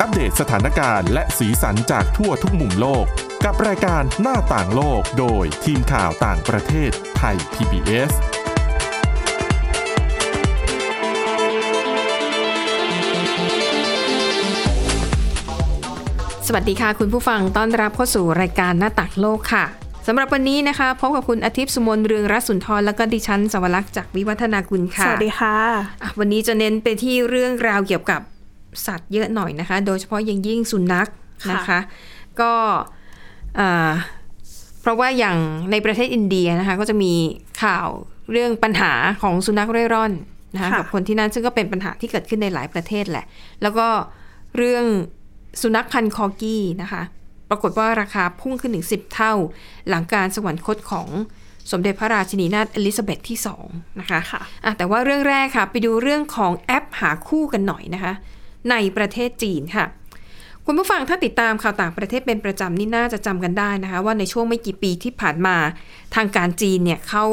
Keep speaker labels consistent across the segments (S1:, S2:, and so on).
S1: อัปเดตสถานการณ์และสีสันจากทั่วทุกมุมโลก กับรายการหน้าต่างโลกโดยทีมข่าวต่างประเทศไทย PBS
S2: สวัสดีค่ะ คุณผู้ฟังต้อนรับเข้าสู่รายการหน้าต่างโลกค่ะสำหรับวันนี้นะคะพบกับคุณอาทิตย์สุมนต์เรืองรัศนทรและก็ดิฉันสวรักษ์จากวิวัฒนาคุณค่ะ
S3: สวัสดีค่ะ
S2: อ่ะ วันนี้จะเน้นไปที่เรื่องราวเกี่ยวกับสัตว์เยอะหน่อยนะคะ โดยเฉพาะอยิ่างยิ่งสุนัขนะคะ ก็อ่าเพราะว่าอย่างในประเทศอินเดียนะคะ ก็จะมีข่าวเรื่องปัญหาของสุนัขเร่ร่อนนะคะ
S3: ค่ะ
S2: กับคนที่นั่นซึ่งก็เป็นปัญหาที่เกิดขึ้นในหลายประเทศแหละ แล้วก็เรื่อง สุนัขพันธุ์คอร์กี้นะคะ ปรากฏว่าราคาพุ่งขึ้นถึง 10 เท่า หลังการสวรรคตของสมเด็จพระราชินีนาถอลิซาเบธที่ 2 นะคะ
S3: ค่ะ
S2: อ่ะ แต่ว่าเรื่องแรกค่ะ ไปดูเรื่องของแอปหาคู่กันหน่อยนะคะ ในประเทศจีนค่ะ คุณผู้ฟังถ้าติดตามข่าวต่างประเทศเป็นประจำนี่น่าจะจำกันได้นะคะ ว่าในช่วงไม่กี่ปีที่ผ่านมาทางการจีนเนี่ยเขา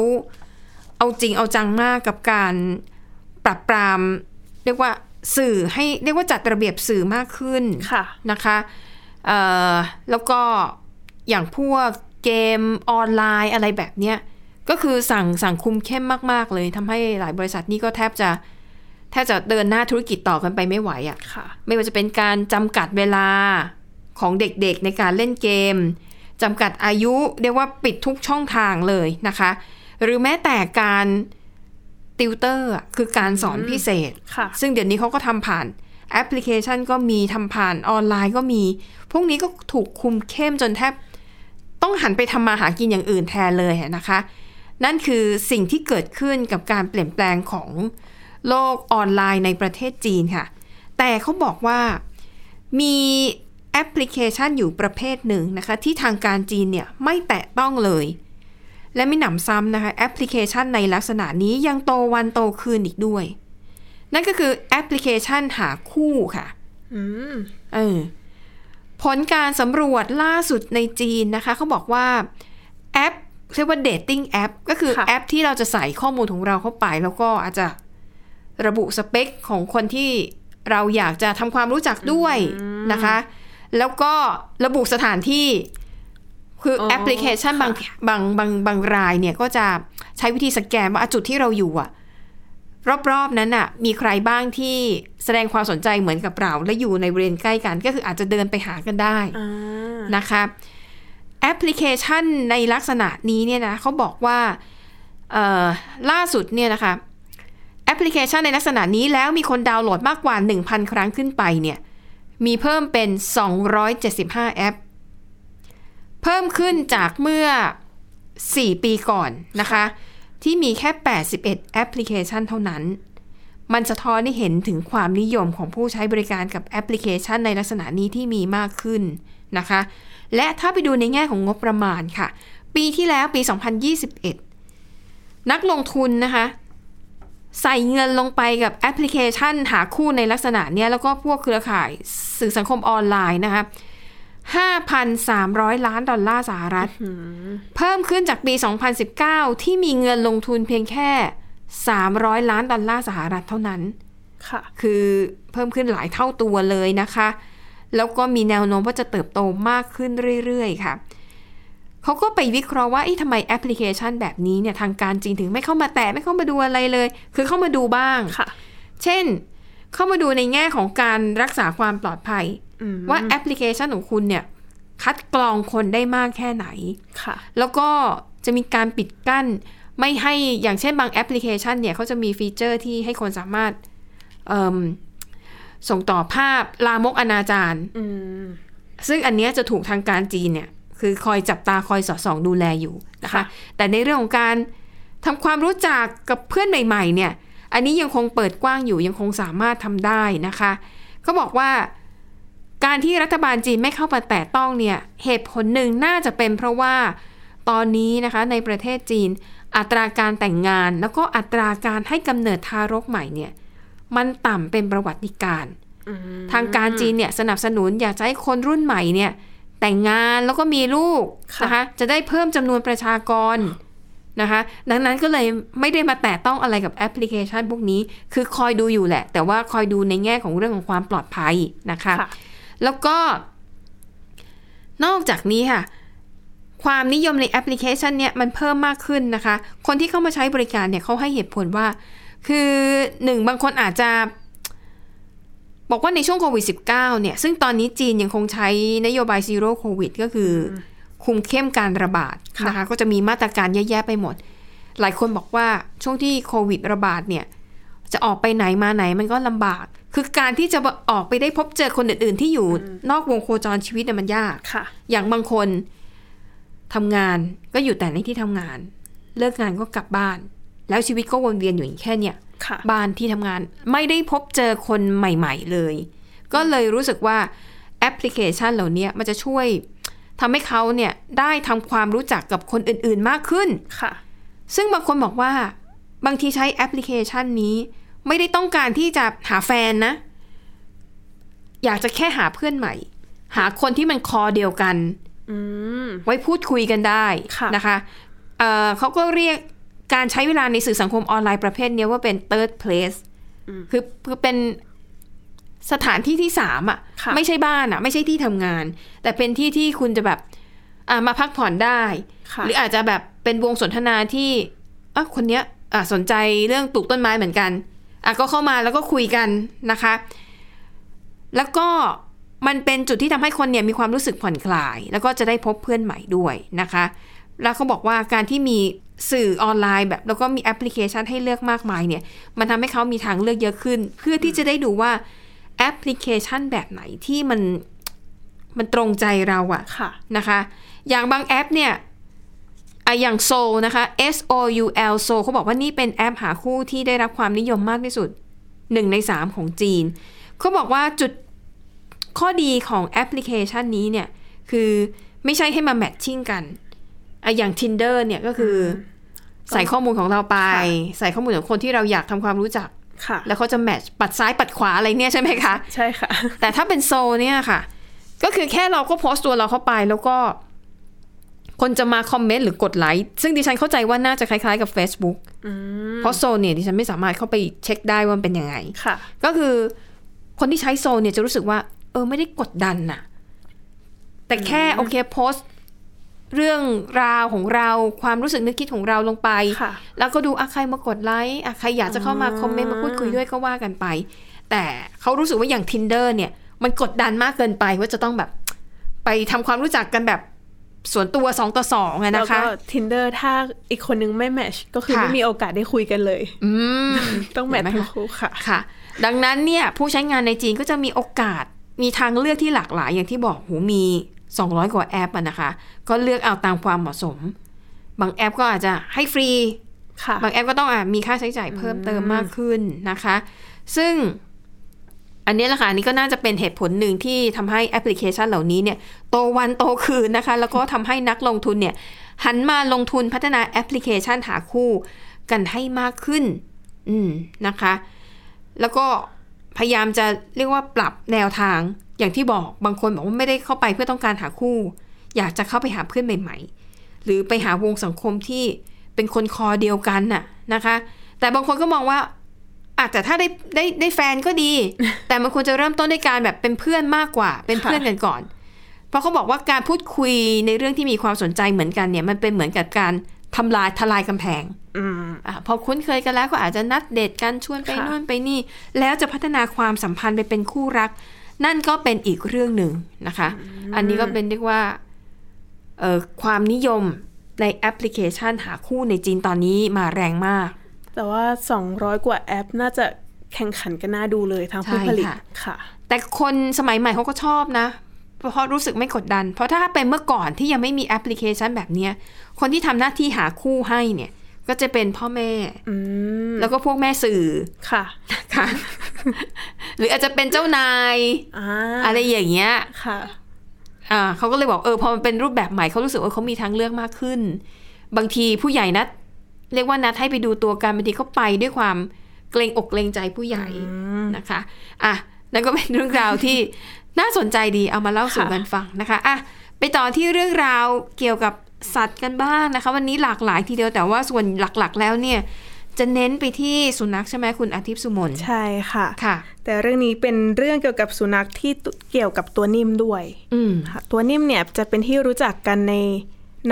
S2: เอาจริงเอาจังมากกับการปรับปราม เรียกว่าสื่อให้เรียกว่าจัดระเบียบสื่อมากขึ้น
S3: ค่ะ
S2: นะคะเอ่อแล้วก็อย่างพวกเกมออนไลน์อะไรแบบเนี้ย ก็คือสั่งสั่งคุมเข้มมาก ๆ เลยทำให้หลายบริษัทนี่ก็แทบจะแทบจะเดินหน้าธุรกิจต่อกันไปไม่ไหวอะ่ะ
S3: ค่ะ
S2: ไม่ว่าจะเป็นการจำกัดเวลาของเด็กๆในการเล่นเกมจำกัดอายุเรียกว่าปิดทุกช่องทางเลยนะคะ หรือแม้แต่การติวเตอร์อะคือการสอนพิเศษ
S3: ค่ะ
S2: ซึ่งเดี๋ยวนี้เขาก็ทำผ่านแอปพลิเคชันก็มีทำผ่านออนไลน์ก็มี พวกนี้ก็ถูกคุมเข้มจนแทบต้องหันไปทำมาหากินอย่างอื่นแทนเลยอะนะคะ นั่นคือสิ่งที่เกิดขึ้นกับการเปลี่ยนแปลงของโลกออนไลน์ในประเทศจีนค่ะ แต่เขาบอกว่ามีแอปพลิเคชันอยู่ประเภทหนึ่งนะคะ ที่ทางการจีนเนี่ยไม่แตะต้องเลย และไม่หนำซ้ำนะคะแอปพลิเคชันในลักษณะนี้ยังโตวันโตคืนอีกด้วย นั่นก็คือแอปพลิเคชันหาคู่ค่ะ
S3: อืม
S2: เออผลการสำรวจล่าสุดในจีนนะคะ เขาบอกว่าแอปเรียกว่าเดทติ้งแอปก็คือ
S3: ค่ะ
S2: แอปที่เราจะใส่ข้อมูลของเราเข้าไป แล้วก็อาจจะระบุสเปคของคนที่เราอยากจะทำความรู้จักด้วยนะคะ แล้วก็ระบุสถานที่ คืออ
S3: อ
S2: แอปพลิเคชันบางบางบางบางรายเนี่ยก็จะใช้วิธีสแกนว่าอ่ะจุดที่เราอยู่อะรอบๆนั้นอะมีใครบ้างที่แสดงความสนใจเหมือนกับเรา และอยู่ในบริเวณใกล้กัน ก็คืออาจจะเดินไปหากันได้
S3: ่า
S2: นะคะแอปพลิเคชันในลักษณะนี้เนี่ยนะเขาบอกว่าเอ่อล่าสุดเนี่ยนะคะแอปพลิเคชันในลักษณะนี้แล้วมีคนดาวน์โหลดมากกว่า 1,000 ครั้งขึ้นไปเนี่ยมีเพิ่มเป็น 275 แอป เพิ่มขึ้นจากเมื่อ 4 ปีก่อนนะคะ ที่มีแค่ 81 แอปพลิเคชันเท่านั้น มันสะท้อนให้เห็นถึงความนิยมของผู้ใช้บริการกับแอปพลิเคชันในลักษณะนี้ที่มีมากขึ้นนะคะ และถ้าไปดูในแง่ของงบประมาณค่ะ ปีที่แล้วปี 2021 นักลงทุนนะคะ ใส่เงินลงไปกับแอปพลิเคชันหาคู่ในลักษณะเนี้ยแล้วก็พวกเครือข่ายสื่อสังคมออนไลน์นะคะ 5,300 ล้านดอลลาร์สหรัฐ เพิ่มขึ้นจากปี 2019 ที่มีเงินลงทุนเพียงแค่ 300 ล้านดอลลาร์สหรัฐเท่านั้น
S3: ค่ะ
S2: คือเพิ่มขึ้นหลายเท่าตัวเลยนะคะ แล้วก็มีแนวโน้มว่าจะเติบโตมากขึ้นเรื่อยๆ ค่ะ เขาก็ไปวิเคราะห์ว่าเอ๊ะทำไมแอปพลิเคชันแบบนี้เนี่ยทางการจีนถึงไม่เข้ามาแตะไม่เข้ามาดูอะไรเลย คือเข้ามาดูบ้าง
S3: ค่ะ
S2: เช่น เข้ามาดูในแง่ของการรักษาความปลอดภัย
S3: อืม
S2: ว่าแอปพลิเคชันของคุณเนี่ย คัดกรองคนได้มากแค่ไหน
S3: ค่ะ
S2: แล้วก็จะมีการปิดกั้น ไม่ให้อย่างเช่นบางแอปพลิเคชันเนี่ยเขาจะมีฟีเจอร์ที่ให้คนสามารถเอิ่มส่งต่อภาพลามกอนาจาร
S3: อืม
S2: ซึ่งอันเนี้ยจะถูกทางการจีนเนี่ยคือคอยจับตาคอยสอดส่องดูแลอยู่นะคะ
S3: ค่ะ
S2: แต่ในเรื่องของการทำความรู้จักกับเพื่อนใหม่ ๆ เนี่ย อันนี้ยังคงเปิดกว้างอยู่ยังคงสามารถทำได้นะคะเขาบอกว่า การที่รัฐบาลจีนไม่เข้ามาแตะต้องเนี่ยเหตุผลหนึ่งน่าจะเป็นเพราะว่าตอนนี้นะคะในประเทศจีน อัตราการแต่งงาน แล้วก็อัตราการให้กำเนิดทารกใหม่เนี่ยมันต่ำเป็นประวัติการณ์ทางการจีนเนี่ยสนับสนุนอยากจะให้คนรุ่นใหม่เนี่ยแต่งงานแล้วก็มีลูก
S3: ค่ะ
S2: นะคะจะได้เพิ่มจำนวนประชากรนะคะดังนั้นก็เลยไม่ได้มาแตะต้องอะไรกับแอปพลิเคชันพวกนี้ คือคอยดูอยู่แหละ แต่ว่าคอยดูในแง่ของเรื่องของความปลอดภัยนะคะ
S3: ค่ะ
S2: แล้วก็ นอกจากนี้ค่ะ ความนิยมในแอปพลิเคชันเนี่ยมันเพิ่มมากขึ้นนะคะ คนที่เข้ามาใช้บริการเนี่ยเขาให้เหตุผลว่า คือหนึ่งบางคนอาจจะ บอกว่าในช่วงโควิด -19 เนี่ย ซึ่งตอนนี้จีนยังคงใช้นโยบายซีโร่โควิดก็คืออคุมเข้มการระบาด
S3: ค่ะ
S2: นะคะ ก็จะมีมาตรการแย่ๆไปหมด หลายคนบอกว่าช่วงที่โควิดระบาดเนี่ย จะออกไปไหนมาไหนมันก็ลำบาก คือการที่จะออกไปได้พบเจอคนอื่น ๆ ที่อยู่นอกวงโคจรชีวิตเนี่ยมันยาก
S3: ค่ะ
S2: อย่างบางคนทำงานก็อยู่แต่ในที่ทำงาน เลิกงานก็กลับบ้าน แล้วชีวิตก็วนเวียนอยู่อย่างแค่เนี่ย
S3: ค่ะ
S2: บ้านที่ทำงานไม่ได้พบเจอคนใหม่ ๆ เลย ก็เลยรู้สึกว่าแอปพลิเคชันเหล่านี้มันจะช่วยทำให้เขาเนี่ยได้ทำความรู้จักกับคนอื่น ๆ มากขึ้น
S3: ค่ะ
S2: ซึ่งบางคนบอกว่าบางทีใช้แอปพลิเคชันนี้ ไม่ได้ต้องการที่จะหาแฟนนะ อยากจะแค่หาเพื่อนใหม่ หาคนที่มันคอเดียวกัน
S3: อืม
S2: ไว้พูดคุยกันได้
S3: ค่ะ
S2: นะคะเอ่อเขาก็เรียกการใช้เวลาในสื่อสังคมออนไลน์ประเภทเนี้ยว่าเป็น third place คือคือเป็นสถานที่ที่สามอ่ะ
S3: ค่ะ
S2: ไม่ใช่บ้านอ่ะ ไม่ใช่ที่ทำงาน แต่เป็นที่ที่คุณจะแบบอ่ะมาพักผ่อนได้
S3: ค่ะ
S2: หรืออาจจะแบบเป็นวงสนทนาที่อ่ะคนเนี้ยอ่ะสนใจเรื่องปลูกต้นไม้เหมือนกันอ่ะก็เข้ามาแล้วก็คุยกันนะคะ แล้วก็มันเป็นจุดที่ทำให้คนเนี่ยมีความรู้สึกผ่อนคลาย แล้วก็จะได้พบเพื่อนใหม่ด้วยนะคะ แล้วเขาบอกว่าการที่มีสื่อออนไลน์แบบแล้วก็มีแอปพลิเคชันให้เลือกมากมายเนี่ย มันทำให้เขามีทางเลือกเยอะขึ้น เพื่อที่จะได้ดูว่าแอปพลิเคชันแบบไหนที่มันมันตรงใจเราอะ
S3: ค่ะ
S2: นะคะ อย่างบางแอปเนี่ยอ่ะอย่างโซนะคะ S O U L โซเขาบอกว่านี่เป็นแอปหาคู่ที่ได้รับความนิยมมากที่สุด 1 ใน 3 ของจีน เขาบอกว่าจุดข้อดีของแอปพลิเคชันนี้เนี่ย คือไม่ใช่ให้มาแมทชิ่งกันอ่ะอย่าง Tinder เนี่ยก็คืออใส่ข้อมูลของเราไป
S3: ค่ะ
S2: ใส่ข้อมูลของคนที่เราอยากทำความรู้จัก
S3: ค่ะ
S2: แล้วเขาจะแมทช์ปัดซ้ายปัดขวาอะไรเนี่ยใช่ไหมคะ
S3: ใช่ค่ะ
S2: แต่ถ้าเป็นโซลเนี่ยค่ะ ก็คือแค่เราก็โพสต์ตัวเราเข้าไปแล้วก็ คนจะมาคอมเมนต์หรือกดไลค์ซึ่งดิฉันเข้าใจว่าน่าจะคล้ายๆกับ Facebook เพราะโซลเนี่ยดิฉันไม่สามารถเข้าไปเช็คได้ว่ามันเป็นยังไง
S3: ค่ะ
S2: ก็คือคนที่ใช้โซลเนี่ยจะรู้สึกว่า เออไม่ได้กดดันน่ะ แต่แค่โอเคโพสต์ เรื่องราวของเราความรู้สึกนึกคิดของเราลงไป
S3: ค่ะ
S2: แล้วก็ดูอะใครมากดไลค์อะใครอยากจะเข้ามาคอมเมนต์มาพูดคุยด้วยก็ว่ากันไป แต่เขารู้สึกว่าอย่าง tinder เนี่ย มันกดดันมากเกินไปว่าจะต้องแบบ ไปทำความรู้จักกันแบบส่วนตัวสองต่อสองอะ
S3: แล้ว
S2: นะคะ
S3: ก็ tinder ถ้าอีกคนนึงไม่แมทชก็คือ
S2: ค่ะ
S3: ไม่มีโอกาสได้คุยกันเลย
S2: อืม
S3: ต้องแมท
S2: เห็นไหม
S3: ทั้งคู่ค่ะ
S2: ค่ะ ดังนั้นเนี่ย ผู้ใช้งานในจีนก็จะมีโอกาสมีทางเลือกที่หลากหลาย อย่างที่บอกหูมี 200 กว่าแอปอะนะคะ ก็เลือกเอาตามความเหมาะสม บางแอปก็อาจจะให้ฟรี
S3: ค่ะ
S2: บางแอปก็ต้องอ่ะมีค่าใช้จ่ายเพิ่มเติมมากขึ้นนะคะ ซึ่งอันเนี้ยแหละค่ะอันนี้ก็น่าจะเป็นเหตุผลหนึ่งที่ทำให้แอปพลิเคชันเหล่านี้เนี่ยโตวันโตคืนนะคะ แล้วก็ทำให้นักลงทุนเนี่ย หันมาลงทุนพัฒนาแอปพลิเคชันหาคู่กันให้มากขึ้น อืมนะคะ แล้วก็พยายามจะเรียกว่าปรับแนวทางอย่างที่บอกบางคนบอกว่าไม่ได้เข้าไปเพื่อต้องการหาคู่ อยากจะเข้าไปหาเพื่อนใหม่ ๆ หรือไปหาวงสังคมที่เป็นคนคอเดียวกันน่ะนะคะ แต่บางคนก็มองว่าอาจจะถ้าได้ได้ได้แฟนก็ดี แต่มันควรจะเริ่มต้นด้วยการแบบเป็นเพื่อนมากกว่า เป็นเพื่อนกันก่อน เพราะเขาบอกว่าการพูดคุยในเรื่องที่มีความสนใจเหมือนกันเนี่ยมันเป็นเหมือนกับการทำลายทลายกำแพง
S3: อืม
S2: อะพอคุ้นเคยกันแล้วก็อาจจะนัดเดทกันชวนไป
S3: ค่ะ
S2: นู่นไปนี่ แล้วจะพัฒนาความสัมพันธ์ไปเป็นคู่รัก นั่นก็เป็นอีกเรื่องหนึ่งนะคะ อันนี้ก็เป็นเรียกว่า เอ่อความนิยมในแอปพลิเคชันหาคู่ในจีนตอนนี้มาแรงมาก
S3: แต่ว่า 200 กว่าแอปน่าจะแข่งขันกันน่าดูเลยทางผู้
S2: ใช่
S3: ผลิต
S2: ค่ะ
S3: ค่ะ
S2: แต่คนสมัยใหม่เขาก็ชอบนะ เพราะรู้สึกไม่กดดัน เพราะถ้าเป็นเมื่อก่อนที่ยังไม่มีแอปพลิเคชันแบบเนี้ย คนที่ทำหน้าที่หาคู่ให้เนี่ย ก็จะเป็นพ่อแม่
S3: อืม
S2: แล้วก็พวกแม่สื่อ
S3: ค่ะ
S2: ค่ะ หรืออาจจะเป็นเจ้านาย
S3: อ่า
S2: อะไรอย่างเงี้ย
S3: ค่ะ
S2: อ่าเขาก็เลยบอกเออพอมันเป็นรูปแบบใหม่เขารู้สึกว่าเขามีทางเลือกมากขึ้น บางทีผู้ใหญ่นัด เรียกว่านัดให้ไปดูตัวกันบางทีเขาไปด้วยความเกรงอกเกรงใจผู้ใหญ่นะคะอ่ะนั่นก็เป็นเรื่องราวที่ น่าสนใจดีเอามาเล่าสู่
S3: ค่ะ
S2: กันฟังนะคะอ่ะไปต่อที่เรื่องราวเกี่ยวกับสัตว์กันบ้างนะคะ วันนี้หลากหลายทีเดียวแต่ว่าส่วนหลักๆ แล้วเนี่ย จะเน้นไปที่สุนัขใช่ไหมคุณอาทิตย์สุมน
S3: ใช่ค่ะ
S2: ค่ะ
S3: แต่เรื่องนี้เป็นเรื่องเกี่ยวกับสุนัขที่ตุเกี่ยวกับตัวนิ่มด้วย
S2: อืม
S3: ค่ะตัวนิ่มเนี่ยจะเป็นที่รู้จักกันใน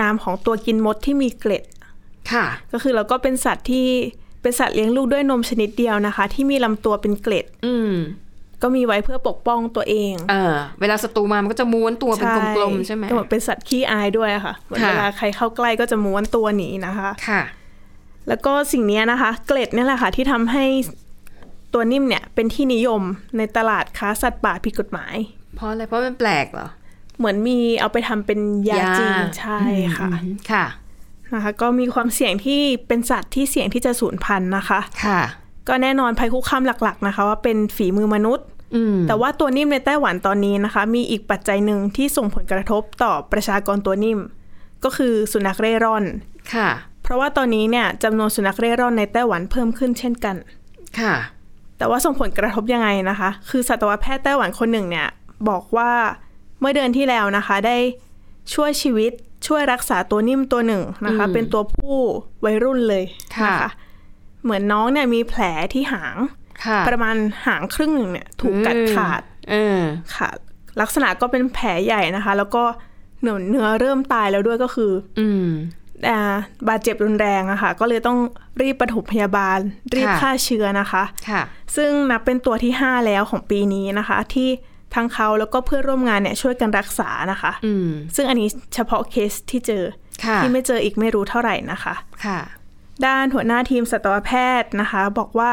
S3: นามของตัวกินมดที่มีเกล็ด
S2: ค่ะ
S3: ก็คือเราก็เป็นสัตว์ที่เป็นสัตว์เลี้ยงลูกด้วยนมชนิดเดียวนะคะ ที่มีลำตัวเป็นเกล็ด
S2: อืม
S3: ก็มีไว้เพื่อปกป้องตัวเอง
S2: เออ เวลาศัตรูมามันก็จะม้วนตัวเป็นกลมๆใช่ไหม
S3: ก็เป็นสัตว์ขี้อายด้วยค่ะเหมือน
S2: ค่ะ
S3: เวลาใครเข้าใกล้ก็จะม้วนตัวหนีนะคะ
S2: ค่ะ
S3: แล้วก็สิ่งเนี้ยนะคะ เกล็ดเนี่ยแหละค่ะ ที่ทำให้ตัวนิ่มเนี่ยเป็นที่นิยมในตลาดค้าสัตว์ป่าผิดกฎหมาย
S2: เพราะอะไรเพราะมันแปลกเหรอ
S3: เหมือนมีเอาไปทำเป็นยาย
S2: า
S3: จีนใช่ค่ะ
S2: อืมค่ะ
S3: นะคะ ก็มีความเสี่ยงที่เป็นสัตว์ที่เสี่ยงที่จะสูญพันธุ์นะคะ
S2: ค่ะ
S3: ก็แน่นอนภัยคุกคามหลักๆนะคะ ว่าเป็นฝีมือมนุษย์
S2: อืม
S3: แต่ว่าตัวนิ่มในไต้หวันตอนนี้นะคะ มีอีกปัจจัยหนึ่งที่ส่งผลกระทบต่อประชากรตัวนิ่ม ก็คือสุนัขเร่ร่อน
S2: ค่ะ
S3: เพราะว่าตอนนี้เนี่ยจำนวนสุนัขเร่ร่อนในไต้หวันเพิ่มขึ้นเช่นกัน
S2: ค่ะ
S3: แต่ว่าส่งผลกระทบยังไงนะคะ คือสัตวแพทย์ไต้หวันคนหนึ่งเนี่ยบอกว่าเมื่อเดือนที่แล้วนะคะ ได้ช่วยชีวิตช่วยรักษาตัวนิ่มตัวหนึ่งนะคะ
S2: อืม
S3: เป็นตัวผู้วัยรุ่นเลย
S2: ค่ะ
S3: นะคะ เหมือนน้องเนี่ยมีแผลที่หาง
S2: ค่ะ
S3: ประมาณหางครึ่งหนึ่งเนี่ยถูกกัดขาด
S2: เออ
S3: ค่ะลักษณะก็เป็นแผลใหญ่นะคะ แล้วก็เนื้อเนื้อเริ่มตายแล้วด้วยก็คือ
S2: อืม
S3: อ่าบาดเจ็บรุนแรงอะค่ะ ก็เลยต้องรีบปฐมพยาบาล รีบ
S2: ค่ะ
S3: ฆ่าเชื้อนะคะ
S2: ค่ะ
S3: ซึ่งนับเป็นตัวที่ 5 แล้วของปีนี้นะคะ ที่ทั้งเขาแล้วก็เพื่อนร่วมงานเนี่ยช่วยกันรักษานะคะ
S2: อืม
S3: ซึ่งอันนี้เฉพาะเคสที่เจอ
S2: ค่ะ
S3: ที่ไม่เจออีกไม่รู้เท่าไหร่นะคะ
S2: ค่ะ
S3: ด้านหัวหน้าทีมสัตวแพทย์นะคะ บอกว่า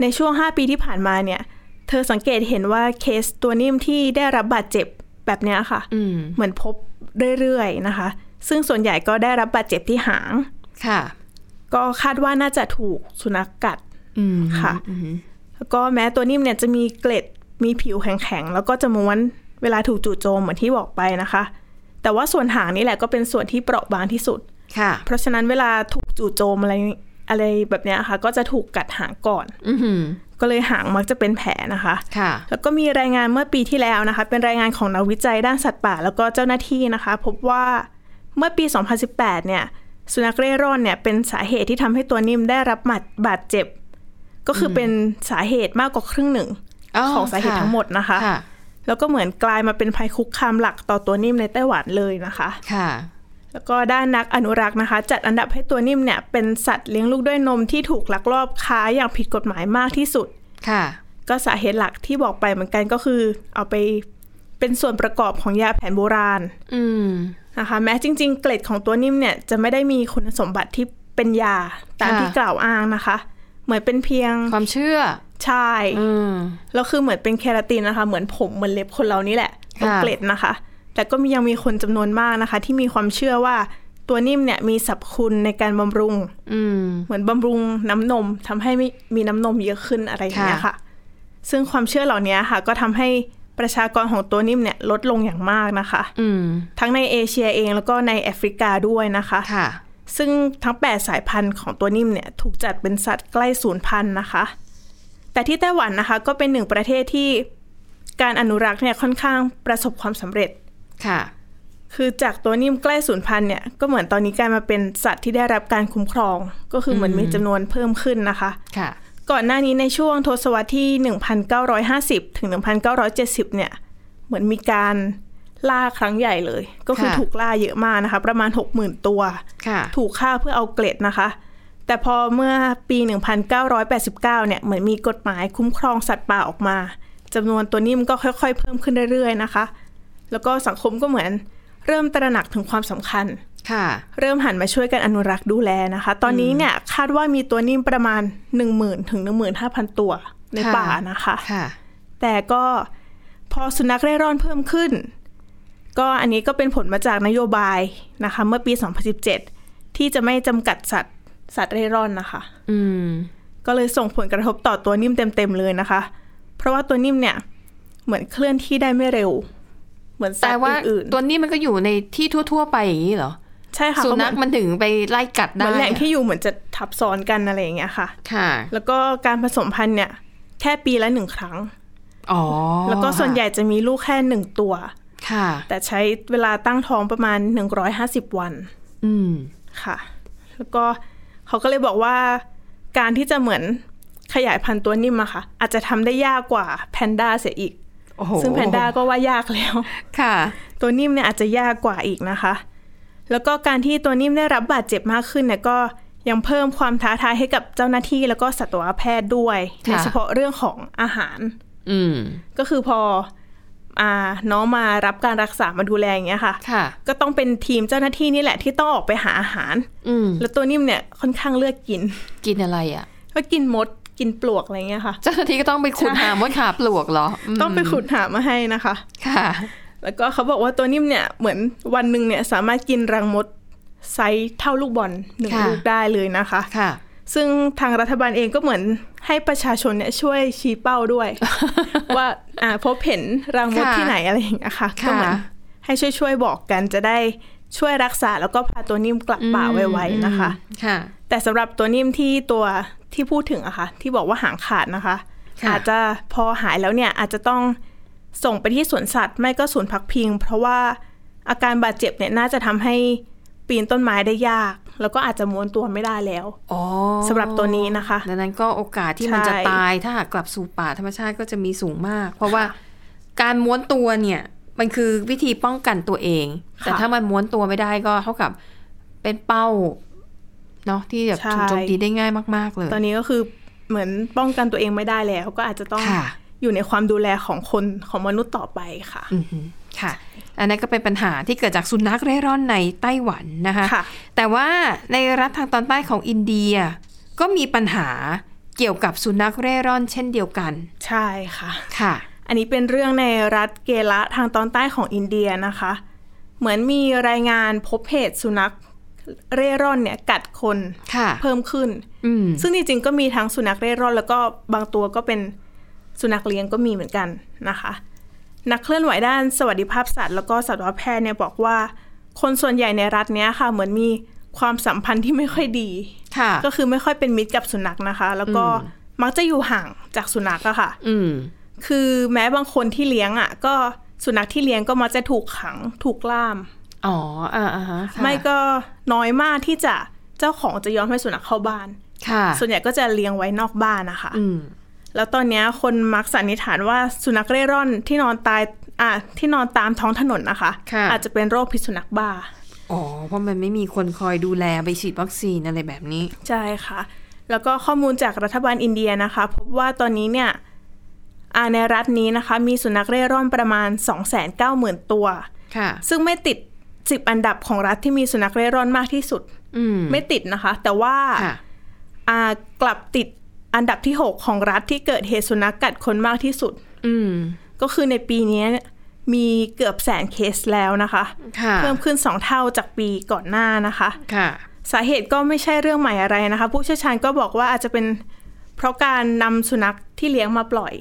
S3: ในช่วง 5 ปีที่ผ่านมาเนี่ย เธอสังเกตเห็นว่าเคสตัวนิ่มที่ได้รับบาดเจ็บแบบเนี้ยค่ะ
S2: อืม
S3: เหมือนพบเรื่อยๆนะคะ ซึ่งส่วนใหญ่ก็ได้รับบาดเจ็บที่หาง
S2: ค่ะ
S3: ก็คาดว่าน่าจะถูกสุนัขกัด
S2: อืม
S3: ค่ะ
S2: อืม
S3: แล้วก็แม้ตัวนิ่มเนี่ยจะมีเกล็ดมีผิวแข็งๆ แล้วก็จะม้วนเวลาถูกจู่โจมเหมือนที่บอกไปนะคะ แต่ว่าส่วนหางนี่แหละก็เป็นส่วนที่เปราะบางที่สุด
S2: ค่ะ
S3: เพราะฉะนั้นเวลาถูกจู่โจมอะไรอะไรแบบเนี้ยค่ะ ก็จะถูกกัดหางก่อน
S2: อืม
S3: ก็เลยหางมักจะเป็นแผลนะคะ
S2: ค่ะ
S3: แล้วก็มีรายงานเมื่อปีที่แล้วนะคะ เป็นรายงานของนักวิจัยด้านสัตว์ป่า แล้วก็เจ้าหน้าที่นะคะ พบว่าเมื่อปี 2018 เนี่ย สุนัขเร่ร่อนเนี่ยเป็นสาเหตุที่ทำให้ตัวนิ่มได้รับบาดบาดเจ็บ ก็คืออเป็นสาเหตุมากกว่าครึ่งหนึ่ง ของสาเหตุทั้งหมดนะคะ
S2: ค่ะ
S3: แล้วก็เหมือนกลายมาเป็นภัยคุกคามหลักต่อตัวนิ่มในไต้หวันเลยนะคะ
S2: ค่ะ
S3: แล้วก็ด้านนักอนุรักษ์นะคะ จัดอันดับให้ตัวนิ่มเนี่ยเป็นสัตว์เลี้ยงลูกด้วยนมที่ถูกลักลอบค้าอย่างผิดกฎหมายมากที่สุด
S2: ค่ะ
S3: ก็สาเหตุหลักที่บอกไปเหมือนกันก็คือ เอาไปเป็นส่วนประกอบของยาแผนโบราณ
S2: อืม
S3: นะคะ แม้จริง ๆ เกล็ดของตัวนิ่มเนี่ยจะไม่ได้มีคุณสมบัติที่เป็นยาตาม
S2: ค่ะ
S3: ที่กล่าวอ้างนะคะ เหมือนเป็นเพียง
S2: ความเชื่อ
S3: ชาย
S2: อืม
S3: แล้วคือเหมือนเป็นเคราตินนะคะ เหมือนผมเหมือนเล็บคนเรานี่แหละ
S2: ค่ะ
S3: เป็นเกล็ดนะคะ แต่ก็มียังมีคนจำนวนมากนะคะ ที่มีความเชื่อว่าตัวนิ่มเนี่ยมีสรรพคุณในการบำรุง
S2: อืม
S3: เหมือนบำรุงน้ำนมทำให้ไม่มีน้ำนมเยอะขึ้นอะไรอย่างเงี้ย
S2: ค่ะ
S3: ค่ะ ซึ่งความเชื่อเหล่านี้ค่ะ ก็ทำให้ประชากรของตัวนิ่มเนี่ยลดลงอย่างมากนะคะ
S2: อืม
S3: ทั้งในเอเชียเองแล้วก็ในแอฟริกาด้วยนะคะ
S2: ค่ะ
S3: ซึ่งทั้ง 8 สายพันธุ์ของตัวนิ่มเนี่ยถูกจัดเป็นสัตว์ใกล้สูญพันธุ์นะคะ แต่ที่ไต้หวันนะคะ ก็เป็นหนึ่งประเทศที่การอนุรักษ์เนี่ยค่อนข้างประสบความสำเร็จ
S2: ค่ะ
S3: คือจากตัวนิ่มใกล้สูญพันธุ์เนี่ยก็เหมือนตอนนี้กลายมาเป็นสัตว์ที่ได้รับการคุ้มครอง ก็คือเหมือนมีจำนวนเพิ่มขึ้นนะคะ
S2: ค่ะ
S3: ก่อนหน้านี้ในช่วงทศวรรษที่ 1950 ถึง 1970 เนี่ย เหมือนมีการล่าครั้งใหญ่เลย ก็คือ
S2: ค่ะ
S3: ถูกล่าเยอะมากนะคะ ประมาณ 60,000 ตัว
S2: ค่ะ
S3: ถูกฆ่าเพื่อเอาเกล็ดนะคะ แต่พอเมื่อปี 1989 เนี่ย เหมือนมีกฎหมายคุ้มครองสัตว์ป่าออกมาจำนวนตัวนิ่มก็ค่อย ๆ เพิ่มขึ้นเรื่อย ๆ นะคะ แล้วก็สังคมก็เหมือนเริ่มตระหนักถึงความสำคัญ
S2: ค่ะ
S3: เริ่มหันมาช่วยกันอนุรักษ์ดูแลนะคะ ตอนนี้เนี่ยคาดว่ามีตัวนิ่มประมาณ 1 0 0 0 0ถึง15,000 ตัวใน
S2: ค่ะ
S3: ป่านะคะ
S2: ค่ะ
S3: แต่ก็พอสุนัขเร่ร่อนเพิ่มขึ้น ก็อันนี้ก็เป็นผลมาจากนโยบายนะคะ เมื่อปี 2017 ที่จะไม่จำกัดสัตว์สัตว์เร่ร่อนนะคะ
S2: อืม
S3: ก็เลยส่งผลกระทบต่อตัวนิ่มเต็มๆเลยนะคะ เพราะว่าตัวนิ่มเนี่ยเหมือนเคลื่อนที่ได้ไม่เร็ว เหมือนสัต
S2: แต่
S3: ว์
S2: ว่า
S3: อื่น
S2: ตัวนี้มันก็อยู่ในที่ทั่ว ๆ ไปอย่างนี้เหรอ
S3: ๆใช่ค่ะ
S2: สุ
S3: เขาเหมื
S2: นั
S3: อ
S2: ข
S3: น
S2: มันถึงไปไล่กัด
S3: เห
S2: ได้
S3: มือนแหล่งที่อยู่เหมือนจะทับซ้อนกันอะไรอย่างเงี้ยค่ะ
S2: ค่ะ
S3: แล้วก็การผสมพันธุ์เนี่ยแค่ปีละหนึ่งครั้ง
S2: อ๋อ
S3: แล้วก็ส่วนใหญ่จะมีลูกแค่หนึ่งตัว
S2: ค่ะ
S3: แต่ใช้เวลาตั้งท้องประมาณ 150 วัน
S2: อืม
S3: ค่ะ แล้วก็เขาก็เลยบอกว่า การที่จะเหมือนขยายพันธุ์ตัวนิ่มอะค่ะ อาจจะทำได้ยากกว่าแพนด้าเสียอีก
S2: โอ้โห
S3: ซึ่งแพนด้าก็ว่ายากแล้ว
S2: ค่ะ
S3: ตัวนิ่มเนี่ยอาจจะยากกว่าอีกนะคะ แล้วก็การที่ตัวนิ่มได้รับบาดเจ็บมากขึ้นเนี่ยก็ยังเพิ่มความท้าทายให้กับเจ้าหน้าที่แล้วก็สัตวแพทย์ด้วย
S2: ค่ะ
S3: โดยเฉพาะเรื่องของอาหาร
S2: อืม
S3: ก็คือพออ่าน้องมารับการรักษามาดูแลอย่างเงี้ยค่ะ
S2: ค่ะ
S3: ก็ต้องเป็นทีมเจ้าหน้าที่นี่แหละที่ต้องออกไปหาอาหาร
S2: อืม
S3: แล้วตัวนิ่มเนี่ยค่อนข้างเลือกกิน
S2: กินอะไรอ่ะ
S3: ก็กินมดกินปลวกอะไรเงี้ยค่ะ
S2: เจ้าหน้าที่ก็ต้องไปขุด
S3: ใช่
S2: หามดขาปลวกเหรอม
S3: ต้องไปขุดหามาให้นะคะ
S2: ค่ะ
S3: แล้วก็เขาบอกว่าตัวนิ่มเนี่ยเหมือนวันหนึ่งเนี่ยสามารถกินรังมดไซส์เท่าลูกบอลหนึ่ง
S2: ค่ะ
S3: ลูกได้เลยนะคะ
S2: ค่ะ
S3: ซึ่งทางรัฐบาลเองก็เหมือนให้ประชาชนเนี่ยช่วยชี้เป้า ด้วย ว่าอ่าพบเห็นรังมด
S2: ค่ะ
S3: ที่ไหนอะไรอย่างเงี้ยค่ะก็เหมือน
S2: ค่ะ
S3: ให้ช่วยช่วยๆบอกกันจะได้ช่วยรักษาแล้วก็พาตัวนิ่มกลับป่าไวๆนะคะ
S2: ค่ะ
S3: แต่สำหรับตัวนิ่มที่ตัวที่พูดถึงอะค่ะที่บอกว่าหางขาดนะคะ
S2: ค่ะ
S3: อาจจะพอหายแล้วเนี่ยอาจจะต้องส่งไปที่สวนสัตว์ไม่ก็ศูนย์พักพิง เพราะว่าอาการบาดเจ็บเนี่ยน่าจะทำให้ปีนต้นไม้ได้ยาก แล้วก็อาจจะม้วนตัวไม่ได้แล้ว
S2: อ๋อ
S3: สำหรับตัวนี้นะคะ
S2: ดังนั้นก็โอกาสที่มัน
S3: ใช่
S2: จะตายถ้าหากกลับสู่ป่าธรรมชาติก็จะมีสูงมาก เพราะว่าการม้วนตัวเนี่ย มันคือวิธีป้องกันตัวเอง แต่ถ้ามันม้วนตัวไม่ได้ก็เท่ากับเป็นเป้าเนาะที่แบบถูกโจมตีได้ง่ายมาก ๆ เลย
S3: ตอนนี้ก็คือเหมือนป้องกันตัวเองไม่ได้แล้ว ก็อาจจะต้อง
S2: ค่ะ
S3: อยู่ในความดูแลของคนของมนุษย์ต่อไปค่ะ
S2: อือหือค่ะ อันนั้นก็เป็นปัญหาที่เกิดจากสุนัขเร่ร่อนในไต้หวันนะคะ
S3: ค่ะ
S2: แต่ว่าในรัฐทางตอนใต้ของอินเดีย ก็มีปัญหาเกี่ยวกับสุนัขเร่ร่อนเช่นเดียวกัน
S3: ใช่ค่ะ
S2: ค่ะ
S3: อันนี้เป็นเรื่องในรัฐเกละทางตอนใต้ของอินเดียนะคะ เหมือนมีรายงานพบเหตุสุนัขเร่ร่อนเนี่ยกัดคน
S2: ค่ะ
S3: เพิ่มขึ้น
S2: อืม
S3: ซึ่งจริงๆก็มีทั้งสุนัขเร่ร่อน แล้วก็บางตัวก็เป็นสุนัขเลี้ยงก็มีเหมือนกันนะคะ นักเคลื่อนไหวด้านสวัสดิภาพสัตว์ แล้วก็สัตวแพทย์เนี่ยบอกว่า คนส่วนใหญ่ในรัฐเนี้ยค่ะ เหมือนมีความสัมพันธ์ที่ไม่ค่อยดี
S2: ค่ะ
S3: ก็คือไม่ค่อยเป็นมิตรกับสุนัขนะคะ แล้วก็มักจะอยู่ห่างจากสุนัขอะค่ะ
S2: อืม
S3: คือแม้บางคนที่เลี้ยงอ่ะ ก็สุนัขที่เลี้ยงก็มักจะถูกขังถูกล่าม
S2: อ๋อ อ่าอ่าฮะค่ะ
S3: ไม่ก็น้อยมากที่จะเจ้าของจะยอมให้สุนัขเข้าบ้าน
S2: ค่ะ
S3: ส่วนใหญ่ก็จะเลี้ยงไว้นอกบ้านนะคะ
S2: อืม
S3: แล้วตอนเนี้ยคนมักสันนิษฐานว่าสุนัขเร่ร่อนที่นอนตายอ่ะที่นอนตามท้องถนนนะคะ
S2: ค่ะ
S3: อาจจะเป็นโรคพิษสุนัขบ้า
S2: อ๋อ เพราะมันไม่มีคนคอยดูแลไปฉีดวัคซีนอะไรแบบนี้
S3: ใช่ค่ะ แล้วก็ข้อมูลจากรัฐบาลอินเดียนะคะ พบว่าตอนนี้เนี่ยอ่าในรัฐนี้นะคะ มีสุนัขเร่ร่อนประมาณ 290,000 ตัว
S2: ค่ะ
S3: ซึ่งไม่ติด 10 อันดับของรัฐที่มีสุนัขเร่ร่อนมากที่สุด
S2: อืม
S3: ไม่ติดนะคะ แต่ว่า
S2: ค่ะ
S3: อ่ากลับติดอันดับที่ 6 ของรัฐที่เกิดเหตุสุนัขกัดคนมากที่สุด
S2: อืม
S3: ก็คือในปีนี้มีเกือบแสนเคสแล้วนะคะ
S2: ค่ะ
S3: เพิ่มขึ้น 2 เท่าจากปีก่อนหน้านะคะ
S2: ค่ะ
S3: สาเหตุก็ไม่ใช่เรื่องใหม่อะไรนะคะ ผู้เชี่ยวชาญก็บอกว่าอาจจะเป็นเพราะการนำสุนัขที่เลี้ยงมาปล่อย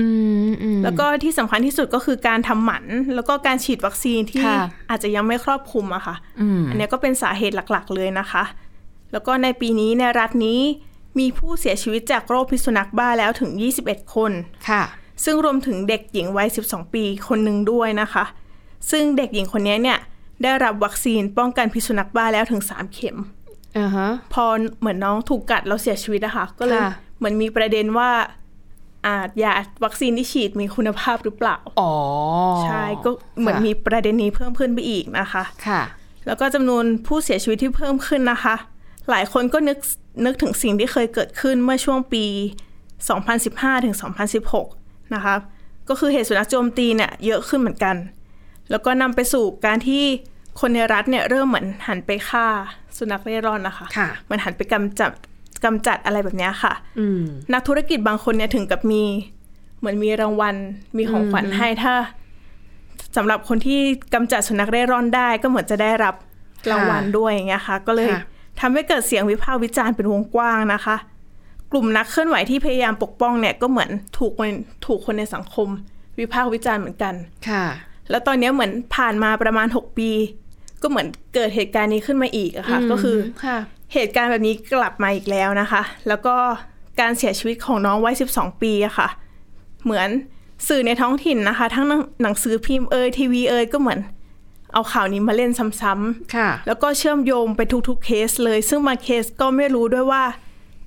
S2: อืมอืม
S3: แล้วก็ที่สำคัญที่สุดก็คือการทำหมัน แล้วก็การฉีดวัคซีนที่
S2: ค่ะ
S3: อาจจะยังไม่ครอบคลุมอะค่ะ
S2: อืม
S3: อันเนี้ยก็เป็นสาเหตุหลักๆ เลยนะคะ แล้วก็ในปีนี้ในรัฐนี้มีผู้เสียชีวิตจากโรคพิษสุนัขบ้าแล้วถึง 21 คน
S2: ค่ะ
S3: ซึ่งรวมถึงเด็กหญิงวัย 12 ปีคนหนึ่งด้วยนะคะ ซึ่งเด็กหญิงคนเนี้ยเนี่ยได้รับวัคซีนป้องกันพิษสุนัขบ้าแล้วถึง 3 เข็ม
S2: อ่าฮะ
S3: พอเหมือนน้องถูกกัดแล้วเสียชีวิตนะคะก็เลย
S2: ค่ะ
S3: เหมือนมีประเด็นว่าอาจยาวัคซีนที่ฉีดมีคุณภาพหรือเปล่า
S2: อ๋อ
S3: ใช่ ก็เหมือน
S2: ค่ะ
S3: มีประเด็นนี้เพิ่มขึ้นไปอีกนะคะ
S2: ค่ะ
S3: แล้วก็จำนวนผู้เสียชีวิตที่เพิ่มขึ้นนะคะ หลายคนก็นึกนึกถึงสิ่งที่เคยเกิดขึ้นเมื่อช่วงปี 2015 ถึง 2016 นะคะ ก็คือเหตุสุนัขโจมตีเนี่ยเยอะขึ้นเหมือนกัน แล้วก็นำไปสู่การที่คนในรัฐเนี่ยเริ่มเหมือนหันไปฆ่าสุนัขเร่ร่อนนะคะ
S2: ค่ะ
S3: มันหันไปกำจัดกำจัดอะไรแบบเนี้ยค่ะ
S2: อืม
S3: นักธุรกิจบางคนเนี่ยถึงกับมี เหมือนมีรางวัลมีของขวัญให้ถ้าสำหรับคนที่กำจัดสุนัขเร่ร่อนได้ก็เหมือนจะได้รับรางวัลด้วยอย่างเงี้ยค่ะ ก็เลย
S2: ค่ะ
S3: ทำให้เกิดเสียงวิพากษ์วิจารณ์เป็นวงกว้างนะคะ กลุ่มนักเคลื่อนไหวที่พยายามปกป้องเนี่ยก็เหมือนถูกคนถูกคนในสังคม วิพากษ์วิจารณ์เหมือนกัน
S2: ค่ะ
S3: แล้วตอนเนี้ยเหมือนผ่านมาประมาณ 6 ปี ก็เหมือนเกิดเหตุการณ์นี้ขึ้นมาอีกอะค่ะ ก็คือ
S2: ค่ะ
S3: เหตุการณ์แบบนี้กลับมาอีกแล้วนะคะ แล้วก็การเสียชีวิตของน้องวัย 12 ปีอะค่ะ เหมือนสื่อในท้องถิ่นนะคะ ทั้งหนังหนังสือพิมพ์เอยทีวีเอยก็เหมือน เอาข่าวนี้มาเล่นซ้ำ
S2: ค่ะ
S3: ๆ แล้วก็เชื่อมโยงไปทุกๆเคสเลย ซึ่งบางเคสก็ไม่รู้ด้วยว่า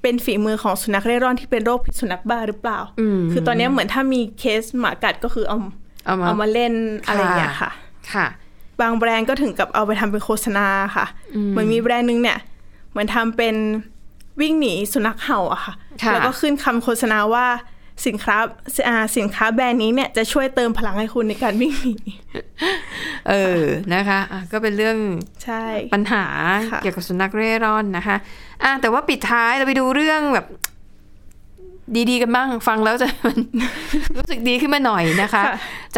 S3: เป็นฝีมือของสุนัขเร่ร่อนที่เป็นโรคพิษสุนัขบ้าหรือเปล่า
S2: อืม
S3: คือตอนเนี้ยเหมือนถ้ามีเคสหมากัดก็คือเอา
S2: เอามา
S3: เอามาเล่นอะไรอย่างเงี้ยค่ะ
S2: ค่ะ
S3: บางแบรนด์ก็ถึงกับเอาไปทำเป็นโฆษณาค่ะ
S2: อืม
S3: เหมือนมีแบรนด์นึงเนี่ย เหมือนทำเป็นวิ่งหนีสุนัขเห่าอะค่ะ
S2: ค่ะ
S3: แล้วก็ขึ้นคำโฆษณาว่าสินค้าอ่าสินค้าแบรนด์นี้เนี่ยจะช่วยเติมพลังให้คุณในการวิ่งหนี
S2: เออนะคะอ่ะก็เป็นเรื่อง
S3: ใช่
S2: ปัญหา
S3: ค่ะ
S2: เกี่ยวกับสุนัขเร่ร่อนนะคะอ่ะแต่ว่าปิดท้ายเราไปดูเรื่องแบบ ดีๆกันบ้างฟังแล้วจะ มัน รู้สึกดีขึ้นมาหน่อยนะคะ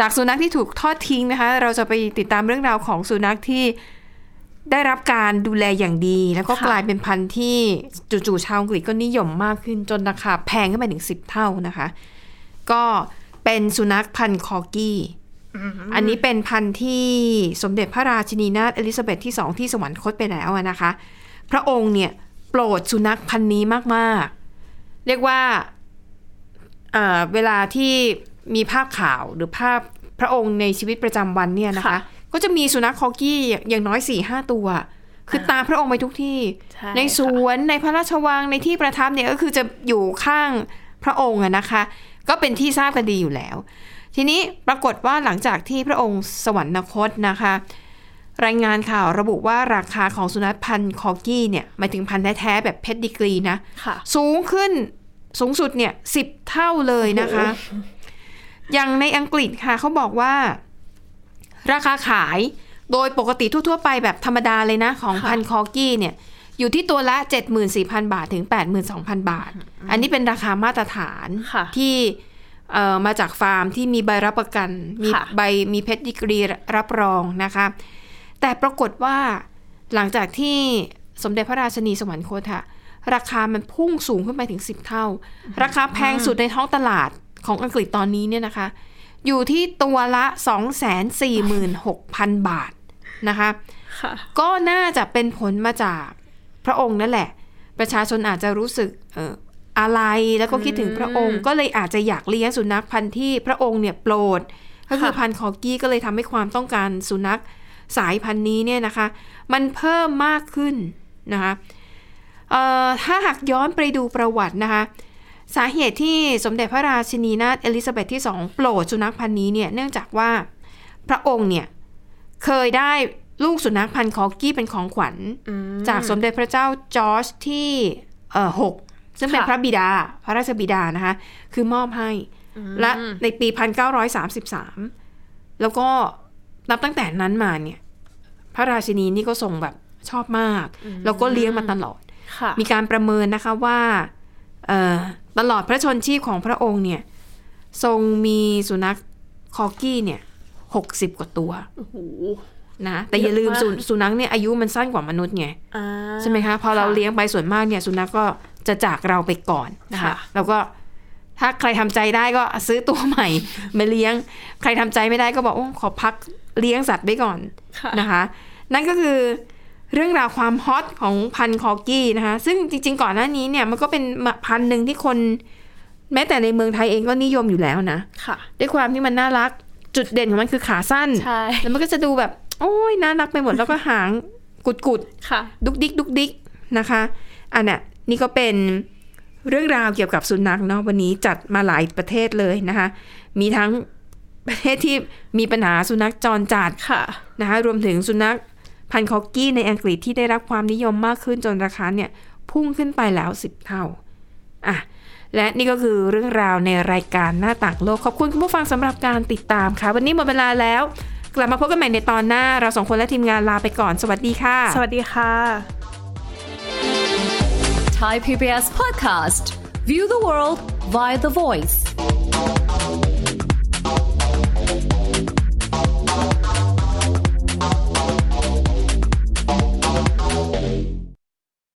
S2: จากสุนัขที่ถูกทอดทิ้งนะคะ เราจะไปติดตามเรื่องราวของสุนัขที่ได้รับการดูแลอย่างดี แล้วก็
S3: ค่ะ
S2: กลายเป็นพันธุ์ที่จู่ๆชาวอังกฤษก็นิยมมากขึ้นจนราคาแพงขึ้นไปถึงสิบเท่านะคะ ก็เป็นสุนัขพันธุ์คอร์กี้ อันนี้เป็นพันธุ์ที่สมเด็จพระราชินีนาถเอลิซาเบธที่สองที่สวรรคตไปแล้วอะนะคะ พระองค์เนี่ยโปรดสุนัขพันธุ์นี้มากๆ เรียกว่าเอ่อเวลาที่มีภาพข่าวหรือภาพพระองค์ในชีวิตประจำวันเนี่ยนะคะ
S3: ค่ะ
S2: ก็จะมีสุนัขคอร์กี้อย่างน้อยสี่ห้าตัว คือตามพระองค์ไปทุกที่
S3: ช่
S2: ในสวนในพระราชวังในที่ประทับเนี่ยก็คือจะอยู่ข้างพระองค์อะนะคะ ก็เป็นที่ทราบกันดีอยู่แล้ว ทีนี้ปรากฏว่าหลังจากที่พระองค์สวรรคตนะคะ รายงานข่าวระบุว่าราคาของสุนัขพันธุ์คอร์กี้เนี่ยหมายถึงพันธุ์แท้ๆแบบเพชรดิกรีนะ
S3: ค่ะ
S2: สูงขึ้นสูงสุดเนี่ยสิบเท่าเลยนะคะ อย่างในอังกฤษค่ะเขาบอกว่า ราคาขายโดยปกติทั่ว ๆ ไปแบบธรรมดาเลยนะ ของ
S3: ค่ะ
S2: พันคอร์กี้เนี่ย อยู่ที่ตัวละ 74,000 บาทถึง 82,000 บาท อันนี้เป็นราคามาตรฐาน
S3: ค่ะ
S2: ที่เอ่อมาจากฟาร์มที่มีใบรับประกัน มี
S3: ค่ะ
S2: ใบมีเพชรดีกรีรับรองนะคะ แต่ปรากฏว่าหลังจากที่สมเด็จพระราชนีสวรรคตค่ะ ราคามันพุ่งสูงขึ้นไปถึง 10 เท่า ราคาแพงสุดในท้องตลาดของอังกฤษตอนนี้เนี่ยนะคะ อยู่ที่ตัวละ 246,000 บาทนะคะ
S3: ค่ะ
S2: ก็น่าจะเป็นผลมาจากพระองค์นั่นแหละ ประชาชนอาจจะรู้สึกเอ่ออะไรแล้วก็คิดถึงพระองค์ ก็เลยอาจจะอยากเลี้ยงสุนัขพันธุ์ที่พระองค์เนี่ยโปรด ก็คือ
S3: ค่ะ
S2: พันธุ์คอร์กี้ก็เลยทำให้ความต้องการสุนัขสายพันธุ์นี้เนี่ยนะคะ มันเพิ่มมากขึ้นนะคะเอ่อถ้าหากย้อนไปดูประวัตินะคะ สาเหตุที่สมเด็จพระราชินีนาถเอลิซาเบธที่สองโปรดสุนัขพันธุ์นี้เนี่ยเนื่องจากว่าพระองค์เนี่ยเคยได้ลูกสุนัขพันธุ์คอร์กี้เป็นของขวัญ จากสมเด็จพระเจ้าจอร์จที่เอ่อหกซึ่งเป็น
S3: ค่ะ
S2: พระบิดา พระราชบิดานะคะ คือมอบให้ และในปี 1933 แล้วก็นับตั้งแต่นั้นมาเนี่ย พระราชินีนี่ก็ทรงแบบชอบมาก แล้วก็เลี้ยงมาตลอด
S3: ค่ะ
S2: มีการประเมินนะคะว่าเอ่อตลอดพระชนชีพของพระองค์เนี่ย ทรงมีสุนัขคอร์กี้เนี่ยหกสิบกว่าตัว
S3: โอ้โห
S2: นะแต่อย่าลืม
S3: เยอะมาก
S2: สุสุนัขเนี่ยอายุมันสั้นกว่ามนุษย์ไง
S3: อ่า
S2: ใช่ไหมคะพอเราเลี้ยงไปส่วนมากเนี่ยสุนัขก็จะจากเราไปก่อนนะคะ
S3: ค่ะ
S2: แล้วก็ถ้าใครทำใจได้ก็ซื้อตัวใหม่ มาเลี้ยง ใครทำใจไม่ได้ก็บอกโอ้ขอพักเลี้ยงสัตว์ไว้ก่อน
S3: ค่ะ
S2: นะคะ นั่นก็คือเรื่องราวความฮอตของพันธุ์คอร์กี้นะคะ ซึ่งจริง ๆ ก่อนหน้านี้เนี่ยมันก็เป็นพันธุ์หนึ่งที่คน แม้แต่ในเมืองไทยเองก็นิยมอยู่แล้วนะ
S3: ค่ะ
S2: ด้วยความที่มันน่ารักจุดเด่นของมันคือขาสั้น
S3: ใช่
S2: แล้วมันก็จะดูแบบ โอ้ยน่ารักไปหมดแล้วก็หางกุดๆ
S3: ค่ะ
S2: ดุกดิกดุกดิกนะคะอันน่ะนี่ก็เป็นเรื่องราวเกี่ยวกับสุนัขเนาะวันนี้จัดมาหลายประเทศเลยนะคะ มีทั้งประเทศที่มีปัญหาสุนัขจรจัด
S3: ค่ะ
S2: นะคะรวมถึงสุนัขพันธุ์คอกกี้ในอังกฤษที่ได้รับความนิยมมากขึ้นจนราคาเนี่ยพุ่งขึ้นไปแล้ว 10 เท่าอ่ะและนี่ก็คือเรื่องราวในรายการหน้าต่างโลกขอบคุณคุณผู้ฟังสำหรับการติดตามค่ะ วันนี้หมดเวลาแล้ว กลับมาพบกันใหม่ในตอนหน้า เราสองคนและทีมงานลาไปก่อนสวัสดีค่ะ
S3: สวัสดีค่ะ
S4: Thai PBS podcast. View the world via the voice.